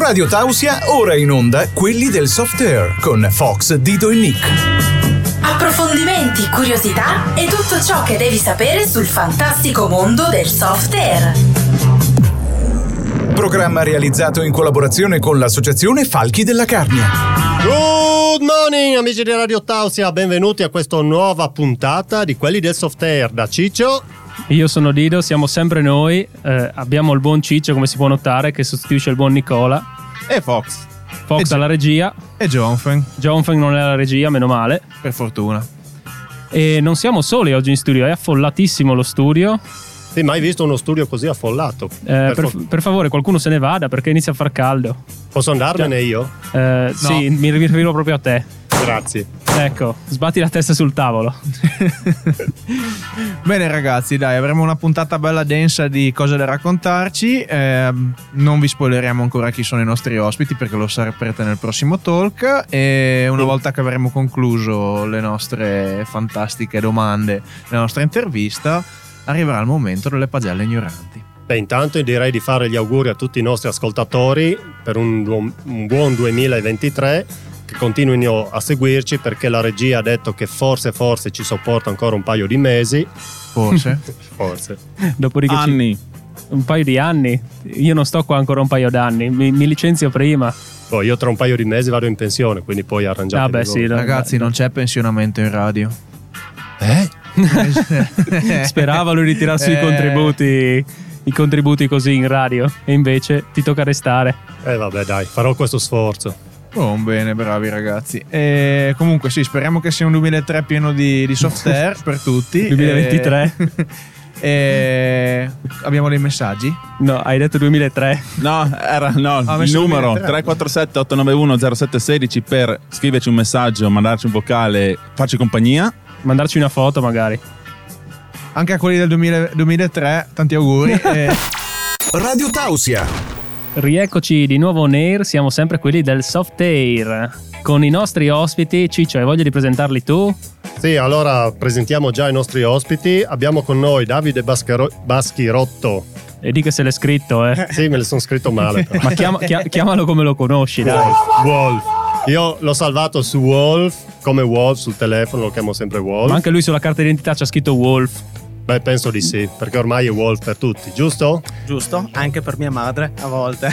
Radio Tausia, ora in onda quelli del soft air con Fox, Dido e Nick. Approfondimenti, curiosità e tutto ciò che devi sapere sul fantastico mondo del soft air. Programma realizzato in collaborazione con l'associazione Falchi della Carnia. Good morning amici di Radio Tausia, benvenuti a questa nuova puntata di quelli del soft air da Ciccio. Io sono Dido, siamo sempre noi, eh, abbiamo il buon Ciccio come si può notare che sostituisce il buon Nicola. E Fox. Fox E- alla regia, E Jonfen, Jonfeng non è alla regia, meno male. per fortuna. E non siamo soli oggi in studio, è affollatissimo lo studio. Sì, mai visto uno studio così affollato? Eh, per, Per fo- per favore qualcuno se ne vada perché inizia a far caldo. Posso andarmene io? Eh, Sì, mi riferivo proprio a te. Grazie. Ecco, sbatti la testa sul tavolo. Bene ragazzi, dai, avremo una puntata bella densa di cose da raccontarci. Ehm, non vi spoileremo ancora chi sono i nostri ospiti perché lo saprete nel prossimo talk. E una volta che avremo concluso le nostre fantastiche domande, la nostra intervista, arriverà il momento delle pagelle ignoranti. Beh, intanto direi di fare gli auguri a tutti i nostri ascoltatori per un, du- un buon 2023, che continuino a seguirci perché la regia ha detto che forse, forse ci sopporta ancora un paio di mesi. Forse? Forse. Dopodiché ci- un paio di anni. Io non sto qua ancora un paio d'anni, mi, mi licenzio prima. Poi io tra un paio di mesi vado in pensione, quindi poi arrangiatevi Ah, beh, voi. sì, no, Ragazzi, non c'è pensionamento in radio. Eh? Eh? Sperava lui di tirarsi i Eh. contributi. I contributi così in radio e invece ti tocca restare. Eh, vabbè, dai, farò questo sforzo. Oh, bene, bravi ragazzi. E comunque sì, speriamo che sia un 2003 pieno di, di soft air per tutti. 2023. E... e Abbiamo dei messaggi? No, hai detto 2003. No, era no, Ah, il messo il numero 2003. 347 891 0716 per scriverci un messaggio, mandarci un vocale, farci compagnia. Mandarci una foto magari. Anche a quelli del 2000 2003, tanti auguri. E- Radio Tausia. Rieccoci di nuovo on air, siamo sempre quelli del soft air. Con i nostri ospiti, Ciccio, hai voglia di presentarli tu? Sì, allora presentiamo già i nostri ospiti. Abbiamo con noi Davide Baschero- Baschirotto. E di che se l'è scritto, eh. Sì, me le sono scritto male. però. Ma chiama- chia- chiamalo come lo conosci, dai. Wolf. Wolf. Io l'ho salvato su Wolf, come Wolf sul telefono, lo chiamo sempre Wolf. Ma anche lui sulla carta d'identità c'ha scritto Wolf. Beh, penso di sì, perché ormai è Wolf per tutti, giusto? Giusto, anche per mia madre a volte.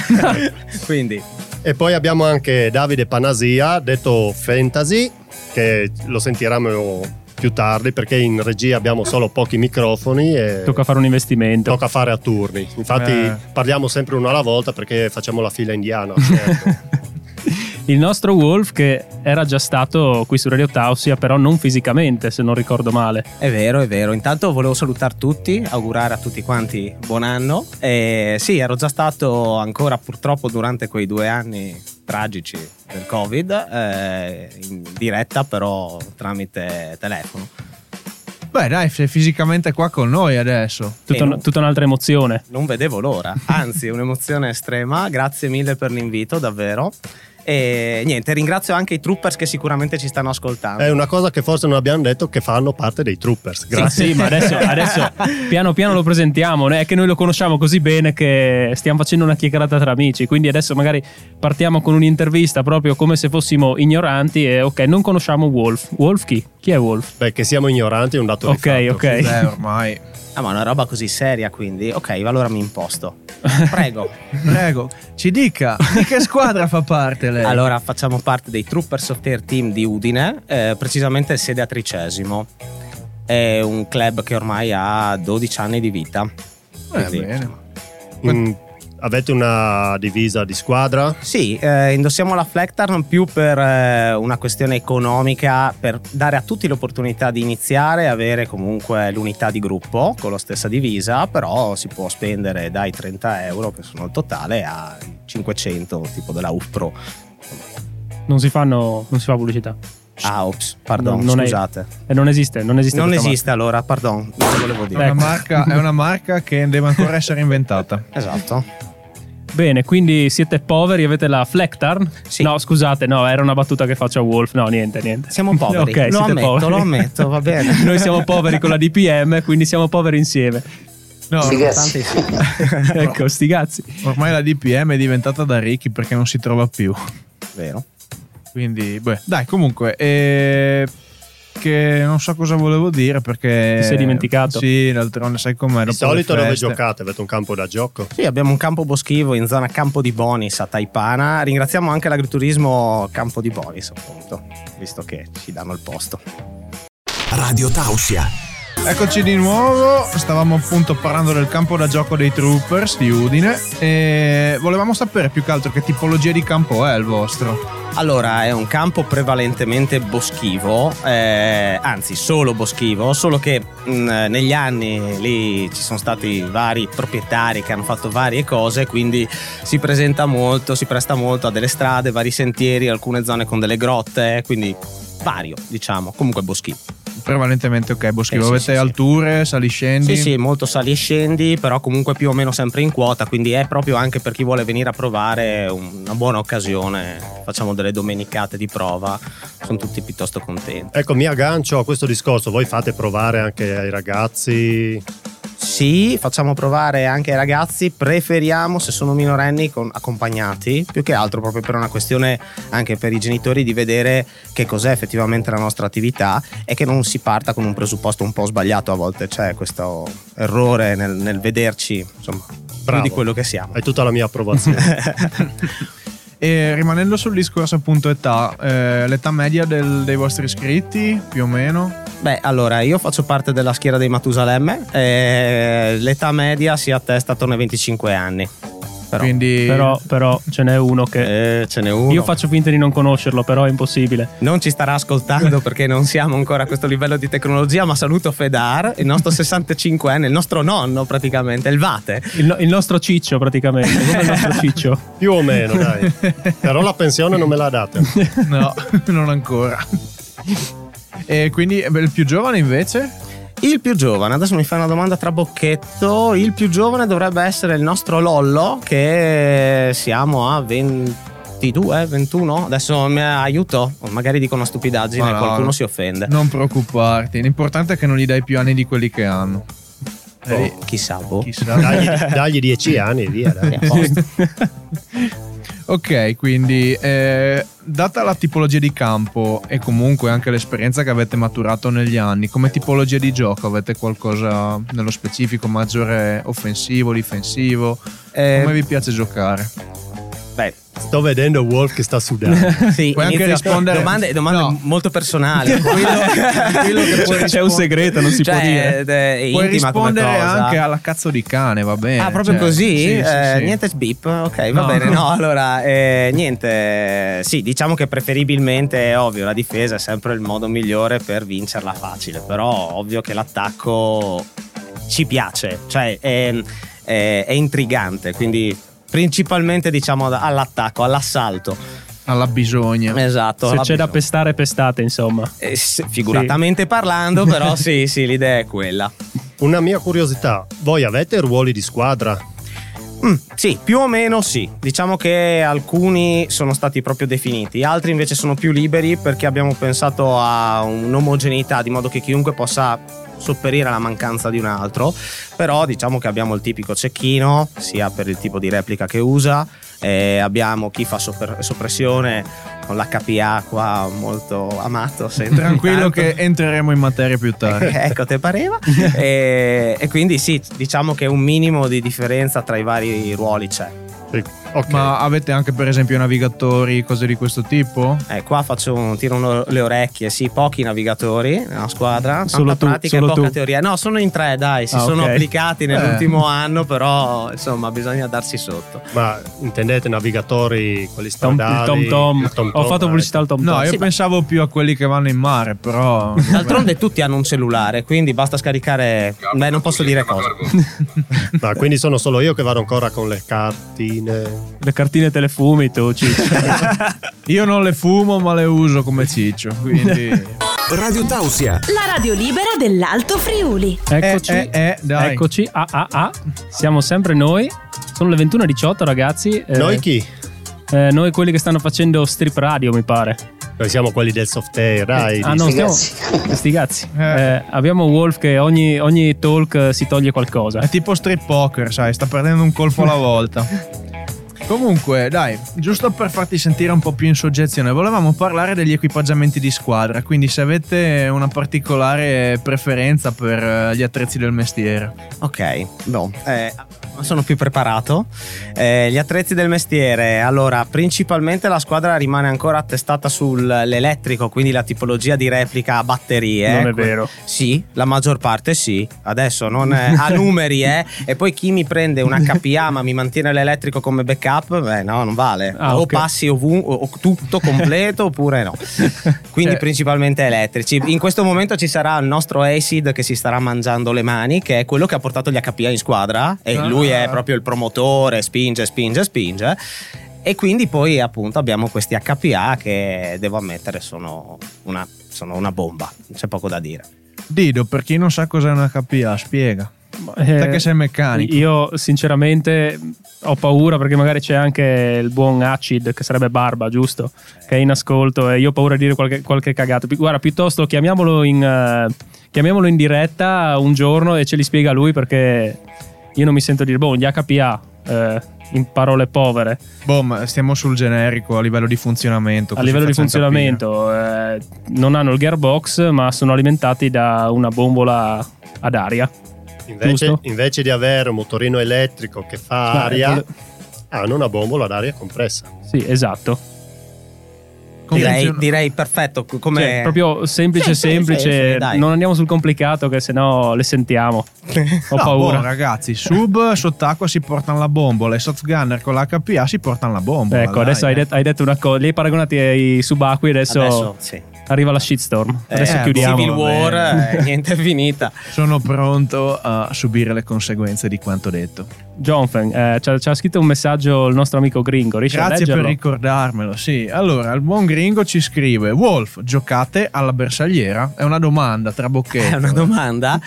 Quindi, E poi abbiamo anche Davide Panasia, detto Fantasy, che lo sentiremo più tardi perché in regia abbiamo solo pochi microfoni e Tocca fare un investimento. tocca fare a turni. Infatti Eh. parliamo sempre uno alla volta perché facciamo la fila indiana. certo. Il nostro Wolf che era già stato qui su Radio Tausia, però non fisicamente, se non ricordo male. è vero, è vero. Intanto volevo salutare tutti, augurare a tutti quanti buon anno. E sì, ero già stato ancora purtroppo durante quei due anni tragici del Covid, eh, in diretta però tramite telefono. Beh, dai, sei fisicamente qua con noi adesso. Tutta, Eh, un- no. tutta un'altra emozione. Non vedevo l'ora, anzi un'emozione estrema, grazie mille per l'invito davvero. E niente, ringrazio anche i troopers che sicuramente ci stanno ascoltando. È una cosa che forse non abbiamo detto che fanno parte dei troopers. Ma Grazie. sì, ma adesso, adesso piano piano lo presentiamo. non È che noi lo conosciamo così bene che stiamo facendo una chiacchierata tra amici. Quindi adesso magari partiamo con un'intervista proprio come se fossimo ignoranti. E ok, non conosciamo Wolf. Wolf chi? Chi è Wolf? Beh, che siamo ignoranti è un dato di Ok, fatto. Eh. ok. Beh, ormai. Ah, ma è una roba così seria, quindi. Ok, allora mi imposto. Prego. Prego, ci dica di che squadra fa parte lei? allora, facciamo parte dei Trooper Software Team di Udine, eh, precisamente sede a Tricesimo. È un club che ormai ha 12 anni di vita. Eh, Quindi, bene. Mm, avete una divisa di squadra? Sì, eh, indossiamo la Flectar non più per eh, una questione economica, per dare a tutti l'opportunità di iniziare e avere comunque l'unità di gruppo con la stessa divisa, però si può spendere dai 30 euro, che sono il totale, a 500, tipo della UPRO. Non si fanno. Non si fa pubblicità. Ah, ops, pardon, Non- non è- scusate. E non esiste, non esiste. Non questa esiste allora, pardon, non lo volevo È dire. una ecco. marca- è una marca che deve ancora essere inventata. Esatto. Bene, quindi siete poveri, avete la Flectarn? Sì. No, scusate, no, era una battuta che faccio a Wolf. No, niente, niente. Siamo poveri. Ok, Lo siete ammetto, poveri. lo ammetto, va bene. Noi siamo poveri con la DPM, quindi siamo poveri insieme. No, Sti Tanti cazzi. sì. ecco, sti cazzi. ormai la DPM è diventata da Ricky perché non si trova più. Vero. Quindi, beh, dai, comunque, eh, che non so cosa volevo dire perché... Ti sei dimenticato. Sì, d'altronde sai com'è. Di solito dove giocate? Avete un campo da gioco? Sì, abbiamo un campo boschivo in zona Campo di Bonis a Taipana. Ringraziamo anche l'agriturismo Campo di Bonis, appunto, visto che ci danno il posto. Radio Tausia. Eccoci di nuovo, stavamo appunto parlando del campo da gioco dei Troopers di Udine e volevamo sapere più che altro che tipologia di campo è il vostro. Allora, è un campo prevalentemente boschivo, eh, anzi solo boschivo, solo che mh, negli anni lì ci sono stati vari proprietari che hanno fatto varie cose, quindi si presenta molto, si presta molto a delle strade, vari sentieri, alcune zone con delle grotte, quindi vario, diciamo, comunque boschivo. Prevalentemente ok, boschivo, Eh, sì, avete sì, sì. alture, saliscendi? Sì, sì, molto sali e scendi, però comunque più o meno sempre in quota, quindi è proprio anche per chi vuole venire a provare una buona occasione. Facciamo delle domenicate di prova, sono tutti piuttosto contenti. Ecco, mi aggancio a questo discorso. Voi fate provare anche ai ragazzi. Sì, facciamo provare anche ai ragazzi, preferiamo se sono minorenni con accompagnati, più che altro proprio per una questione anche per i genitori di vedere che cos'è effettivamente la nostra attività e che non si parta con un presupposto un po' sbagliato a volte, c'è questo errore nel, nel vederci, insomma, più Bravo. di quello che siamo. Hai tutta la mia approvazione. E rimanendo sul discorso appunto età, eh, l'età media del- dei vostri iscritti più o meno? Beh, allora io faccio parte della schiera dei Matusalemme. eh, l'età media si attesta attorno ai 25 anni. Però Quindi Però, però ce n'è uno che... eh, ce n'è uno. Io faccio finta di non conoscerlo, però è impossibile. Non ci starà ascoltando perché non siamo ancora a questo livello di tecnologia, ma saluto Fedar, il nostro 65enne, il nostro nonno praticamente, il Vate. Il, no- il nostro ciccio praticamente, come il nostro ciccio. Più o meno, dai. Però la pensione non me la date. No, non ancora. E quindi eh, beh, il più giovane invece? Il più giovane, adesso mi fai una domanda tra bocchetto, il più giovane dovrebbe essere il nostro Lollo che siamo a 22, 21, adesso mi aiuto, magari dico una stupidaggine, Ma no, qualcuno no. si offende. Non preoccuparti, l'importante è che non gli dai più anni di quelli che hanno. Boh, Eh, chissà, boh. chissà. Dagli, dagli dieci anni e via, dai. Eh, posto. Ok, quindi eh, data la tipologia di campo e comunque anche l'esperienza che avete maturato negli anni, come tipologia di gioco avete qualcosa nello specifico maggiore offensivo, difensivo? Eh, Come vi piace giocare? beh, Sto vedendo Wolf che sta sudando. sì, Puoi anche inizio- rispondere- domande, domande no. molto personali. C'è, che puoi c'è un rispondere. segreto, non si Cioè, può dire. ed è Puoi intima come rispondere cosa. anche alla cazzo di cane, va bene. Ah, proprio cioè, così? sì, sì, Eh, sì. Niente sbip? Ok, va No, bene. no. No, allora, eh, niente. Sì, diciamo che preferibilmente è ovvio, la difesa è sempre il modo migliore per vincerla facile, però ovvio che l'attacco ci piace, cioè è, è- è intrigante, quindi principalmente diciamo all'attacco, all'assalto. Alla bisogna. Esatto. Se alla c'è da bisogna. pestare, pestate, insomma. Eh, s- figuratamente parlando, però sì, sì, l'idea è quella. Una mia curiosità, voi avete ruoli di squadra? Mm, sì, più o meno sì. Diciamo che alcuni sono stati proprio definiti, altri invece sono più liberi perché abbiamo pensato a un'omogeneità di modo che chiunque possa sopperire alla mancanza di un altro. Però diciamo che abbiamo il tipico cecchino, sia per il tipo di replica che usa, eh, abbiamo chi fa sopper- soppressione con l'HPA qua molto amato. sempre Tranquillo ogni Eh, tanto. che entreremo in materia più tardi. ecco, te pareva. e, e quindi sì, diciamo che un minimo di differenza tra i vari ruoli c'è. Sì, Ok. Ma avete anche per esempio navigatori, cose di questo tipo? Eh, qua faccio un, tiro uno- le orecchie, sì, pochi navigatori nella squadra, tanta Solo tu, pratica solo e poca tu. teoria. No, sono in tre, dai, si Ah, sono ok. applicati Eh. nell'ultimo anno, però insomma bisogna darsi sotto. Ma intendete navigatori, quelli Tom, il stradali? Tom Tom. il Tom Ho Tom, fatto eh. pubblicità al Tom Tom. No, io sì, ma- pensavo più a quelli che vanno in mare, però. D'altronde tutti hanno un cellulare, quindi basta scaricare... Beh, non posso dire cosa. Ma quindi sono solo io che vado ancora con le cartine. Le cartine telefumi, tu, ciccio. Io non le fumo, ma le uso come ciccio. Quindi. Radio Tausia. La radio libera dell'Alto Friuli. Ecco, Eccoci, Eh, eh, eh, dai. eccoci, ah, ah, ah. siamo sempre noi. Sono le 21.18 ragazzi. Eh, Noi chi? eh, noi quelli che stanno facendo strip radio mi pare. Noi siamo quelli del soft air, dai. Ah, no, stiamo... Sti cazzi. Eh, abbiamo Wolf che ogni, ogni talk eh, si toglie qualcosa. È tipo strip poker, sai, sta perdendo un colpo alla volta. Comunque, dai, giusto per farti sentire un po' più in soggezione, volevamo parlare degli equipaggiamenti di squadra, quindi se avete una particolare preferenza per eh, gli attrezzi del mestiere. Ok, no, eh, sono più preparato. Eh, gli attrezzi del mestiere, allora, principalmente la squadra rimane ancora attestata sull'elettrico, quindi la tipologia di replica a batterie. non è Que- vero. Sì, la maggior parte sì. Adesso non eh, a numeri, eh. E poi chi mi prende una HPA ma mi mantiene l'elettrico come backup, beh, no, non vale. Ah, o ok. passi ovun- o- o tutto completo oppure no. Quindi Cioè Eh. principalmente elettrici. Ah. In questo momento ci sarà il nostro Acid che si starà mangiando le mani, che è quello che ha portato gli HPA in squadra e Ah. lui è proprio il promotore, spinge, spinge, spinge. E quindi poi appunto abbiamo questi HPA che devo ammettere sono una, sono una bomba, c'è poco da dire. Dido, per chi non sa cos'è una HPA, spiega. Eh, Te che sei meccanico. Io sinceramente ho paura perché magari c'è anche il buon Acid che sarebbe Barba, giusto? Che è in ascolto e io ho paura di dire qualche, qualche cagata. Pi- Guarda, piuttosto chiamiamolo in, eh, chiamiamolo in diretta un giorno e ce li spiega lui perché io non mi sento dire, boh, gli HPA. eh, in parole povere Boh, ma stiamo sul generico a livello di funzionamento. a così livello di facciamo funzionamento eh, non hanno il gearbox ma sono alimentati da una bombola ad aria Invece, Giusto. eh, invece di avere un motorino elettrico che fa Dai, aria, quello- hanno una bombola d'aria compressa. sì esatto capire. Con Direi, funzion- direi perfetto, c- come... Cioè, proprio semplice, Sì, sì, semplice. sì, sì, dai. non andiamo sul complicato, che sennò le sentiamo. Ho No, paura. boh, ragazzi, sub sott'acqua si portano la bombola e softgunner con l'HPA si portano la bombola. ecco, Boh, dai, adesso hai eh. detto, hai detto una cosa. Li hai paragonati ai subacquei, adesso, Adesso, sì. arriva la shitstorm. Eh, Adesso boh. chiudiamo. Civil War, vabbè. eh, niente è finita. Sono pronto a subire le conseguenze di quanto detto. Jonfen, eh, ci ha- ci ha scritto un messaggio il nostro amico gringo. Riesci a Grazie per leggerlo? ricordarmelo. Sì, allora il buon gringo ci scrive: Wolf, giocate alla bersagliera? È una domanda tra Eh, È bocchetti. una domanda?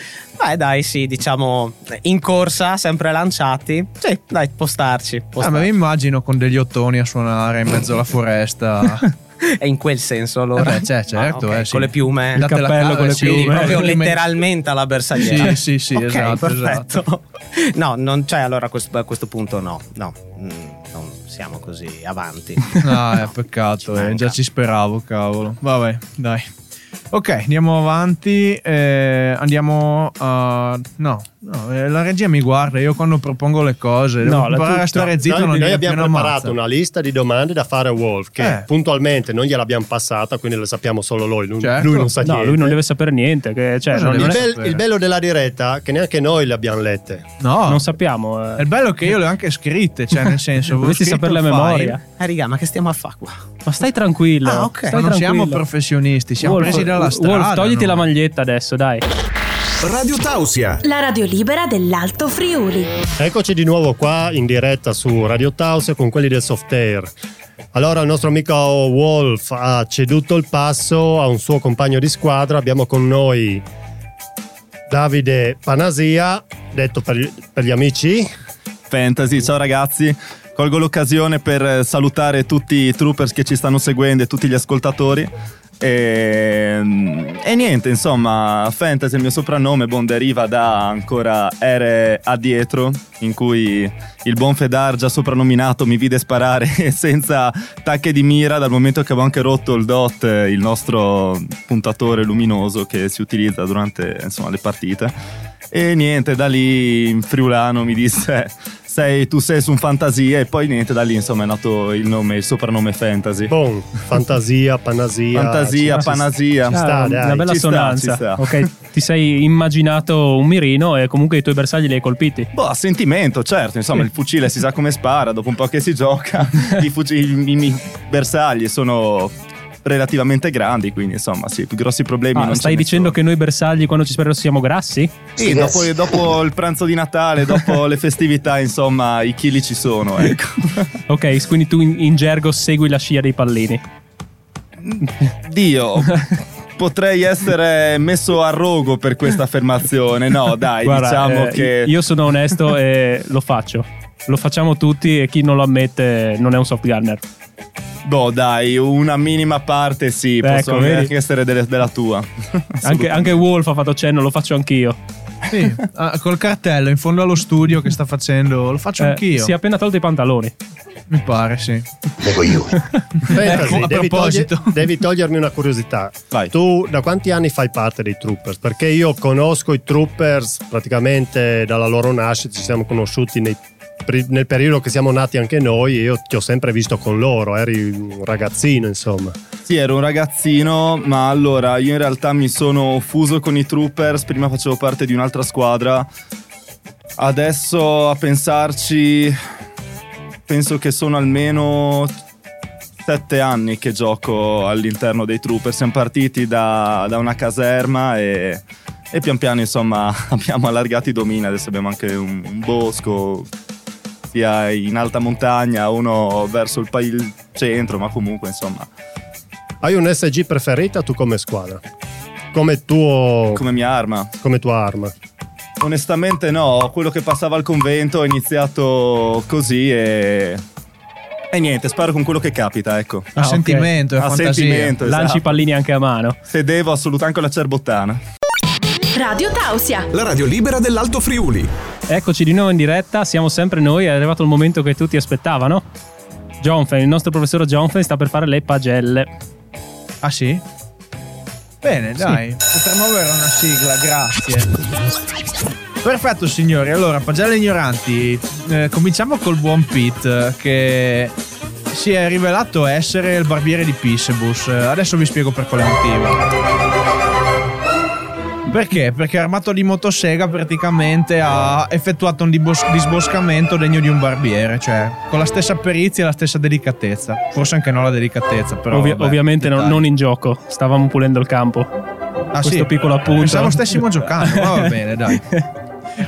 Beh dai, sì, diciamo in corsa, sempre lanciati. Sì, dai, può starci. può Ah, ma mi starci. immagino con degli ottoni a suonare in mezzo alla foresta. È in quel senso allora. Eh beh, c'è, certo, Ah, ok, eh, sì. Con le piume. Date la- cappello con le sì, piume. Proprio come- letteralmente alla bersagliera. Sì, sì, sì, Ok, esatto, perfetto. No, non c'è allora a questo, a questo punto no, no, mm, non siamo così avanti. Ah, è peccato, Ci eh, manca. già ci speravo, cavolo. Vabbè, dai. Ok, andiamo avanti. eh, andiamo a. No, no, eh, la regia mi guarda. Io quando propongo le cose, No, devo la- imparare a tu- stare zitto. Noi, non noi dire più abbiamo una preparato mazza. una lista di domande da fare a Wolf, che Eh. puntualmente non gliel'abbiamo passata, quindi le sappiamo solo noi. Lui, Certo. lui non sa No, niente. lui non deve sapere niente. Che, cioè, Cosa non, deve non il, è- bel- sapere. il bello della diretta è che neanche noi le abbiamo lette. No, non sappiamo. è Eh. bello che io le ho anche scritte. Cioè, nel senso, avevo Dovresti scritto saperle a il file, memoria. Eh raga, ma che stiamo a fa qua? Ma stai tranquillo. Ah, ok. stai Ma non siamo tranquillo. professionisti, siamo Wolf, presi dalla Wolf, strada. togliti no? la maglietta adesso, dai. Radio Tausia. La radio libera dell'Alto Friuli. Eccoci di nuovo qua in diretta su Radio Taos con quelli del soft air. Allora, il nostro amico Wolf ha ceduto il passo a un suo compagno di squadra. Abbiamo con noi Davide Panasia, detto per, per gli amici. Fantasy, ciao ragazzi. Colgo l'occasione per eh, salutare tutti i troopers che ci stanno seguendo e tutti gli ascoltatori. E, Ehm, e niente, insomma, Fantasy è il mio soprannome, bon, deriva da ancora ere addietro, in cui il buon Fedar, già soprannominato, mi vide sparare senza tacche di mira dal momento che avevo anche rotto il dot, eh, il nostro puntatore luminoso che si utilizza durante insomma, le partite. E niente, da lì in friulano mi disse "Eh, sei, tu sei su un fantasia e poi niente, da lì insomma è nato il nome, il soprannome fantasy. Bon, fantasia, panasia. Fantasia, Ci- panasia. ci sta, Ah, dai, una bella ci sta, sonanza. ci sta. Ok, ti sei immaginato un mirino e comunque i tuoi bersagli li hai colpiti. Boh, a sentimento, certo, insomma il fucile si sa come spara, dopo un po' che si gioca, i, fucili, i, i bersagli sono relativamente grandi, quindi insomma sì, grossi problemi. Ah, non ce stai ne dicendo sono. che noi bersagli quando ci speriamo siamo grassi? Sì, dopo, dopo il pranzo di Natale, dopo le festività, insomma, i chili ci sono, ecco. Ok, quindi tu in, in gergo segui la scia dei pallini. Dio, potrei essere messo a rogo per questa affermazione. No, dai, Guarda, diciamo eh, che... Io sono onesto e lo faccio. Lo facciamo tutti e chi non lo ammette non è un soft gunner. Boh, dai, una minima parte sì, Ecco, possono vedi? anche essere delle- della tua. Anche, anche Wolf ha fatto cenno, lo faccio anch'io. Sì, ah, col cartello in fondo allo studio che sta facendo, lo faccio Eh, anch'io. Si è appena tolto i pantaloni. Mi pare, sì. Fantasy, Ecco, a devi, proposito. togli- devi togliermi una curiosità. Vai. Tu da quanti anni fai parte dei Troopers? Perché io conosco i Troopers praticamente dalla loro nascita, ci siamo conosciuti nei- pri- nel periodo che siamo nati anche noi e io ti ho sempre visto con loro, eri un ragazzino insomma. Sì, ero un ragazzino, ma allora io in realtà mi sono fuso con i Troopers, prima facevo parte di un'altra squadra. Adesso a pensarci, penso che sono almeno sette anni che gioco all'interno dei Troopers. Siamo partiti da, da una caserma e, e pian piano insomma abbiamo allargato i domini, adesso abbiamo anche un, un bosco sia in alta montagna, uno verso il, pa- il centro, ma comunque insomma Hai un SG preferita tu come squadra? Come tuo... come mia arma. come tua arma? Onestamente no, quello che passava al convento ho iniziato così e... E niente, sparo con quello che capita, ecco. Ah, A ok. sentimento, a A fantasia. sentimento, esatto. Lanci i pallini anche a mano. Sedevo assolutamente con la cerbottana. Radio Tausia. La radio libera dell'Alto Friuli. Eccoci di nuovo in diretta, siamo sempre noi, è arrivato il momento che tutti aspettavano. Jonfen, il nostro professore Jonfen sta per fare le pagelle. Ah sì? Bene, dai, potremmo avere una sigla, grazie. Perfetto signori, allora pagelle ignoranti, Eh, cominciamo col buon Pete che si è rivelato essere il barbiere di Pissebus, Eh, adesso vi spiego per quale motivo. Perché? Perché armato di motosega praticamente ha effettuato un dibos- disboscamento degno di un barbiere, cioè con la stessa perizia e la stessa delicatezza, forse anche non la delicatezza però... Ovvi- vabbè, ovviamente no- dettagli. non in gioco, stavamo pulendo il campo. Ah, questo piccolo appunto. Pensavo stessimo giocando, ma va bene, dai.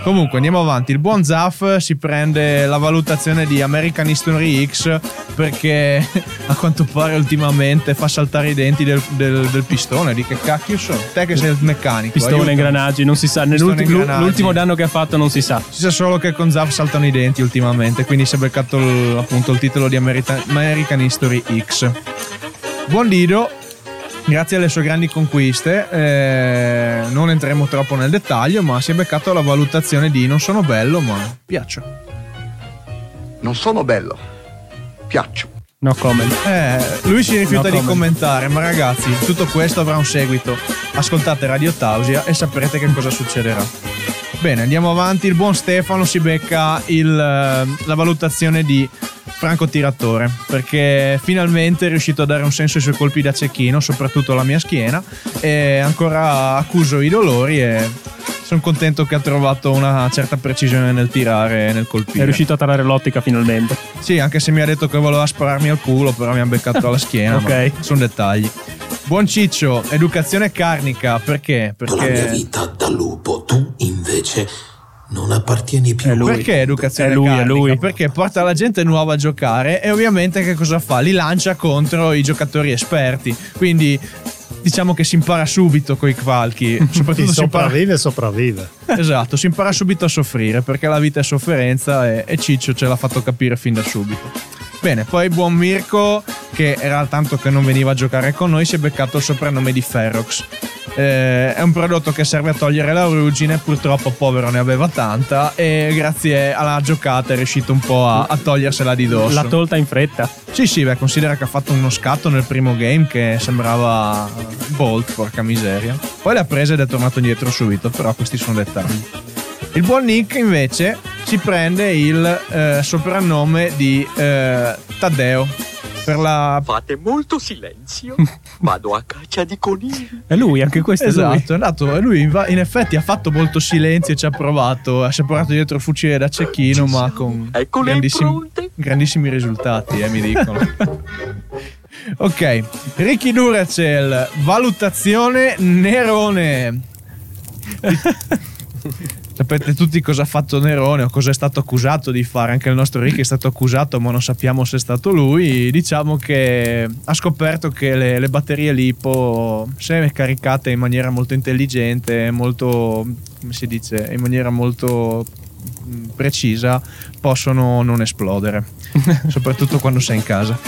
Comunque andiamo avanti. Il buon Zaf si prende la valutazione di American History X perché a quanto pare ultimamente fa saltare i denti del, del- del pistone. Di che cacchio sono? Te che sei il meccanico. Pistone, aiuto. ingranaggi, non si sa. Pistone, nell'ulti- l'u- ingranaggi. l'ultimo danno che ha fatto non si sa. Si sa solo che con Zaf saltano i denti ultimamente, quindi si è beccato il- appunto il titolo di Amerita- American History X. Buon Lido, grazie alle sue grandi conquiste, eh, non entreremo troppo nel dettaglio, ma si è beccato la valutazione di non sono bello, ma piaccio. Non sono bello. Piaccio. No comment. Eh, lui si rifiuta No di comment. commentare, ma ragazzi, tutto questo avrà un seguito. Ascoltate Radio Tausia e saprete che cosa succederà. Bene, andiamo avanti. Il buon Stefano si becca il, eh, la valutazione di francotiratore perché finalmente è riuscito a dare un senso ai suoi colpi da cecchino, soprattutto alla mia schiena. E ancora accuso i dolori e sono contento che ha trovato una certa precisione nel tirare e nel colpire. È riuscito a tarare l'ottica finalmente. Sì, anche se mi ha detto che voleva spararmi al culo, però mi ha beccato alla schiena. Ok. ma Sono dettagli. Buon Ciccio, educazione carnica, perché? La mia Perché, vita da lupo, tu invece non appartieni più. perché educazione È lui, è carnica? lui. Perché porta la gente nuova a giocare e ovviamente che cosa fa? Li lancia contro i giocatori esperti. Quindi diciamo che si impara subito coi falchi. Chi Soprattutto si impara, sopravvive, sopravvive. esatto, si impara subito a soffrire perché la vita è sofferenza e, e Ciccio ce l'ha fatto capire fin da subito. Bene, poi buon Mirko, che era tanto che non veniva a giocare con noi, si è beccato il soprannome di Ferrox. Eh, è un prodotto che serve a togliere la ruggine, purtroppo povero ne aveva tanta e grazie alla giocata è riuscito un po' a, a togliersela di dosso. L'ha tolta in fretta. Sì, sì, beh, considera che ha fatto uno scatto nel primo game che sembrava Bolt, porca miseria. Poi l'ha presa ed è tornato indietro subito, però questi sono dettagli. Il buon Nick invece si prende il eh, soprannome di eh, Taddeo per la... Fate molto silenzio. Vado a caccia di conigli. È lui, anche questo è lui. Esatto, è andato e lui in, va- in effetti ha fatto molto silenzio e ci ha provato, si è portato dietro il fucile da cecchino ma con Ecco le grandissimi, impronte. grandissimi risultati, eh, mi dicono. ok, Ricky Duracell, valutazione Nerone. Sapete tutti cosa ha fatto Nerone o cosa è stato accusato di fare, anche il nostro Ricky è stato accusato ma non sappiamo se è stato lui, diciamo che ha scoperto che le, le batterie lipo se caricate in maniera molto intelligente, molto, come si dice, in maniera molto mm, mh, precisa possono non esplodere, soprattutto quando sei in casa.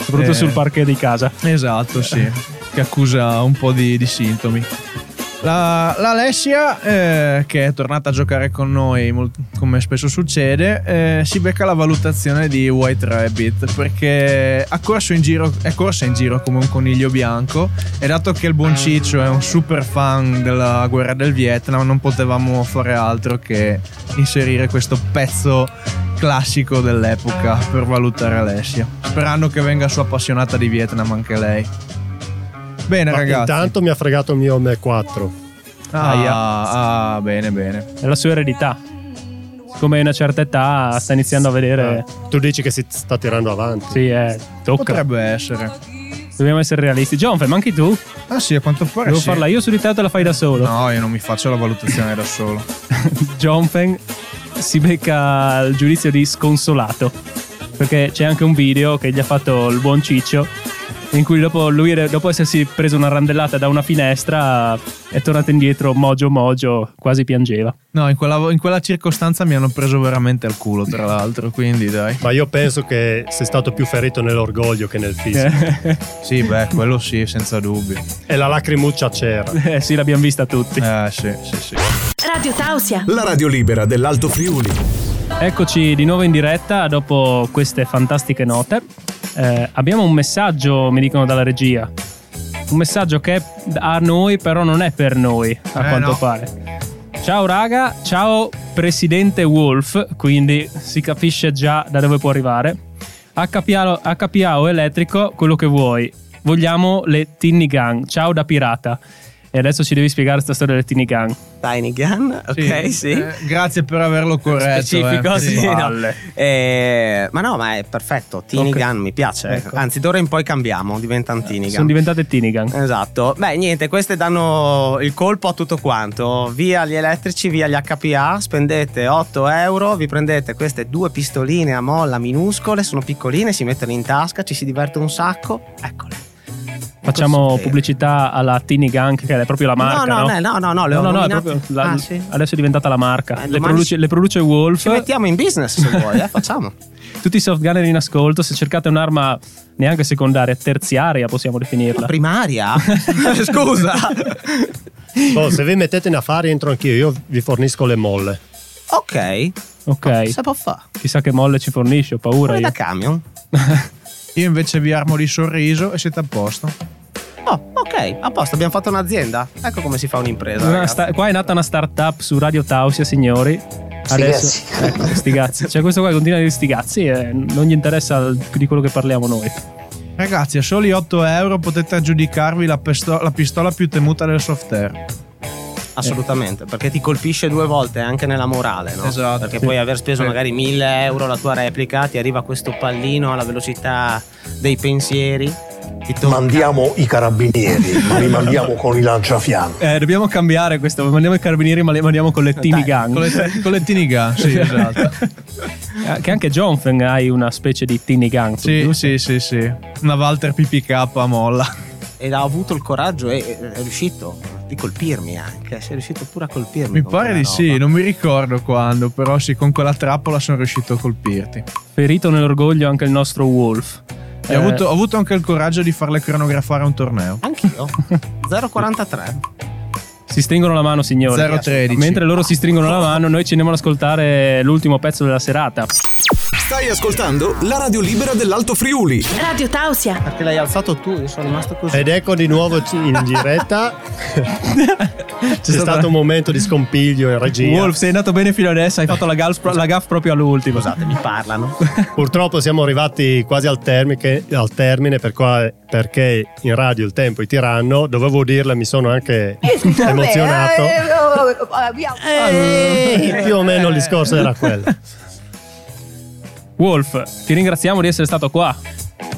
soprattutto Eh. sul parquet di casa. Esatto, sì. che accusa un po' di, di sintomi. La, l'Alessia, eh, che è tornata a giocare con noi, mol- come spesso succede, eh, si becca la valutazione di White Rabbit perché ha corso in giro, è corsa in giro come un coniglio bianco e dato che il buon Ciccio è un super fan della guerra del Vietnam non potevamo fare altro che inserire questo pezzo classico dell'epoca per valutare Alessia, sperando che venga sua appassionata di Vietnam anche lei. Bene Ma Eh, ragazzi. Intanto mi ha fregato il mio M4. Ah, ah, bene, bene. È la sua eredità. Come a una certa età sta iniziando a Ah. vedere. Eh, Tu dici che si sta tirando avanti. Sì, eh, tocca. Potrebbe essere. Dobbiamo essere realisti. Jonfe, ma anche tu? Ah sì, a quanto pare Devo sì. farla io su di te o te la fai da solo? No, io non mi faccio la valutazione da solo. Jonfen si becca il giudizio di sconsolato perché c'è anche un video che gli ha fatto il buon Ciccio in cui dopo, lui, era- dopo essersi preso una randellata da una finestra è tornato indietro mogio mogio quasi piangeva No, in quella, in quella circostanza mi hanno preso veramente al culo, tra l'altro, quindi dai. Ma io penso che sei stato più ferito nell'orgoglio che nel fisico. eh, Sì, beh, quello sì, senza dubbio. E la lacrimuccia c'era. eh, sì l'abbiamo vista tutti Eh, sì, sì, sì. Radio Tausia. La radio libera dell'Alto Friuli. Eccoci di nuovo in diretta dopo queste fantastiche note. Eh, abbiamo un messaggio, mi dicono dalla regia. Un messaggio che è a noi, però non è per noi, a Eh, quanto no. pare. Ciao raga, ciao presidente Wolf, quindi si capisce già da dove può arrivare. HPAO, HPAO elettrico, quello che vuoi. Vogliamo le Tinny Gang. Ciao da pirata. E adesso ci devi spiegare questa storia delle Tinny Gang. Tiny Gun, ok, sì. Eh, grazie per averlo corretto. Specifico, eh. sì, Che no. palle. Eh, ma no, ma è perfetto. Tiny Ok. Gun mi piace. Ecco. Eh, Anzi, d'ora in poi cambiamo, diventano Tiny Sono Gun. diventate Tinny Gang. Esatto, beh niente, queste danno il colpo a tutto quanto, via gli elettrici, via gli HPA, spendete 8 euro, vi prendete queste due pistoline a molla minuscole, sono piccoline, si mettono in tasca, ci si diverte un sacco, eccole. Facciamo Così. pubblicità alla Tini Gang, che è proprio la marca. no, No, no, no, no, no, le ho è nominate. proprio la- Ah, sì. adesso è diventata la marca. Eh, le, domani produce, ci- le produce Wolf. Ci mettiamo in business se vuoi, eh, facciamo. Tutti i softgunner in ascolto. Se cercate un'arma neanche secondaria, terziaria possiamo definirla. Primaria? Scusa. Oh, se vi mettete in affari entro anch'io, io vi fornisco le molle. ok, Ok, si può fare. chissà che molle ci fornisce, ho paura Pure io. da camion. Io invece vi armo di sorriso e siete a posto. Oh, ok, a posto, abbiamo fatto un'azienda. Ecco come si fa un'impresa. Una ragazzi. sta- qua è nata una startup su Radio Tausia, signori. Adesso, ecco, sti cazzi. Cioè, questo qua continua a dire sti cazzi e non gli interessa di quello che parliamo noi. Ragazzi, a soli 8 euro potete aggiudicarvi la, pesto- la pistola più temuta del soft air. Assolutamente, perché ti colpisce due volte anche nella morale, no? Esatto. Perché Sì. puoi aver speso Sì. magari 1000 euro la tua replica, ti arriva questo pallino alla velocità dei pensieri. Ti tocca. Mandiamo i carabinieri, ma li mandiamo con i lanciafiamme. Eh, dobbiamo cambiare questo. Mandiamo i carabinieri, ma le mandiamo con le Tini Gang. Con le, con le Tiny Gun, sì, esatto. Eh, Che anche Jonfen hai una specie di Tini Gang. Sì, giusto? sì, sì, sì. Una Walter PPK a molla. Ed ha avuto il coraggio e e- è riuscito di colpirmi anche. Sei riuscito pure a colpirmi. Mi con pare quella di sì, roba. non mi ricordo quando, però sì, con quella trappola sono riuscito a colpirti. Ferito nell'orgoglio anche il nostro Wolf. E Eh. ho, avuto, ho avuto anche il coraggio di farle cronografare un torneo. Anch'io. 0,43. Si stringono la mano, signori. 0,13. Mentre loro si stringono la mano, noi ci andiamo ad ascoltare l'ultimo pezzo della serata. Stai ascoltando la radio libera dell'Alto Friuli. Radio Tausia. Perché l'hai alzato tu, io sono rimasto così. Ed ecco di nuovo in diretta. C'è stata- stato un momento di scompiglio in regia. Wolf, sei andato bene fino adesso. Eh. Hai fatto la, gaff la gaff proprio all'ultimo. Scusate, mi parlano. Purtroppo siamo arrivati quasi al termine, al termine per qua- perché in radio il tempo è tiranno. Dovevo dirla, mi sono anche Eh, emozionato. Eh, più o meno il discorso era quello. Wolf, ti ringraziamo di essere stato qua.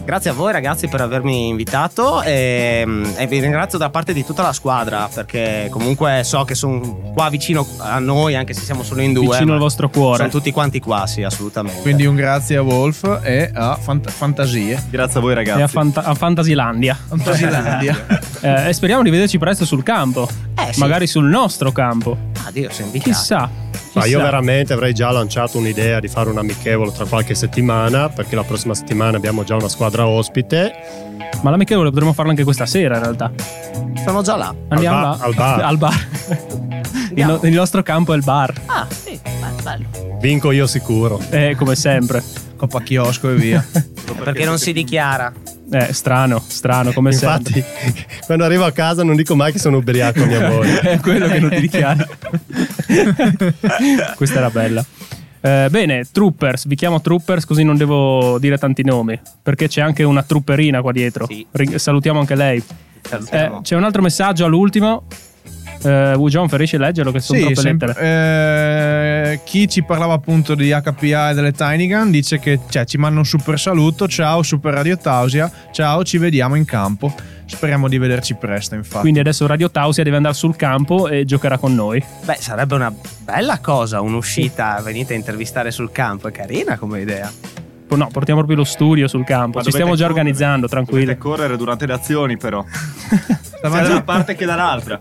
Grazie a voi ragazzi per avermi invitato e, mm, e vi ringrazio da parte di tutta la squadra perché comunque so che sono qua vicino a noi anche se siamo solo in due. Vicino ma al vostro cuore. Sono tutti quanti qua, sì, assolutamente. Quindi un grazie a Wolf e a Fant- Fantasie. Grazie a voi E a, ragazzi. Fanta- a Fantasilandia. Fantasilandia. Eh, e speriamo di vederci presto sul campo. Eh, sì. Esatto. Magari sul nostro campo. Ah, Dio, sei invitato. Chissà. Ma io Chissà. veramente avrei già lanciato un'idea di fare un amichevole tra qualche settimana, perché la prossima settimana abbiamo già una squadra ospite. Ma l'amichevole potremmo farlo anche questa sera, in realtà. Sono già là. Andiamo ba- là. al bar. Al bar. Il, no- il nostro campo è il bar, Ah, sì, be- bello. Vinco io sicuro. eh, come sempre. Coppa chiosco e via. Perché non si dichiara. Eh, strano, strano, come Infatti, sempre. Quando arrivo a casa non dico mai che sono ubriaco a mia moglie. è quello che non ti dichiari. Questa era bella. Eh, bene, Troopers, vi chiamo Troopers così non devo dire tanti nomi, perché c'è anche una trupperina qua dietro. Ri- salutiamo anche lei. Cioè, Eh, c'è un altro messaggio all'ultimo. Eh, Wu John, ferisci leggerlo che sono Sì, troppe sempre- lettere. eh, chi ci parlava appunto di HPA e delle Tiny Gun dice che cioè, ci manda un super saluto. Ciao, Super Radio Tausia. Ciao, ci vediamo in campo. Speriamo di vederci presto, infatti. Quindi adesso Radio Tausia deve andare sul campo e giocherà con noi. Beh, sarebbe una bella cosa, un'uscita, venite a intervistare sul campo, è carina come idea. Po- No, portiamo proprio lo studio sul campo. Ma Ci stiamo dovete già correre. organizzando, tranquilli. Dovete correre durante le azioni, però. Sia da mangiando- una parte che dall'altra.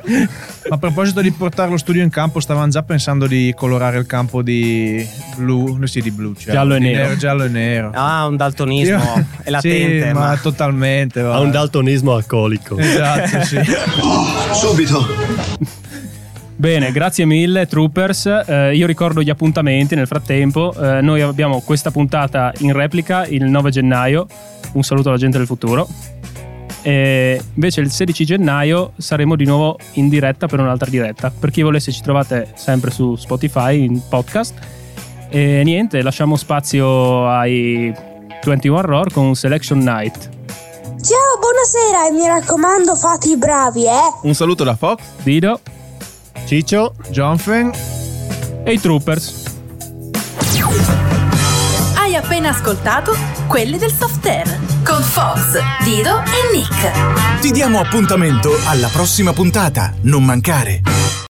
A proposito di portare lo studio in campo, stavano già pensando di colorare il campo di blu, sì, di blu cioè, Giallo e di nero. Giallo e nero. Ah, un daltonismo, Io- è latente, Sì, ma... ma totalmente. Ha guarda. un daltonismo alcolico. Esatto, sì. Subito. Bene, grazie mille, Troopers. Eh, io ricordo gli appuntamenti nel frattempo. Eh, noi abbiamo questa puntata in replica il 9 gennaio. Un saluto alla gente del futuro. E invece il 16 gennaio saremo di nuovo in diretta per un'altra diretta. Per chi volesse ci trovate sempre su Spotify in podcast. E niente, lasciamo spazio ai 21 Roar con Selection Night Ciao, buonasera e mi raccomando fate i bravi, eh! Un saluto da Fox, Dido Ciccio, Jonfen e i Troopers. Hai appena ascoltato quelli del soft air con Fox, Dido e Nick. Ti diamo appuntamento alla prossima puntata. Non mancare.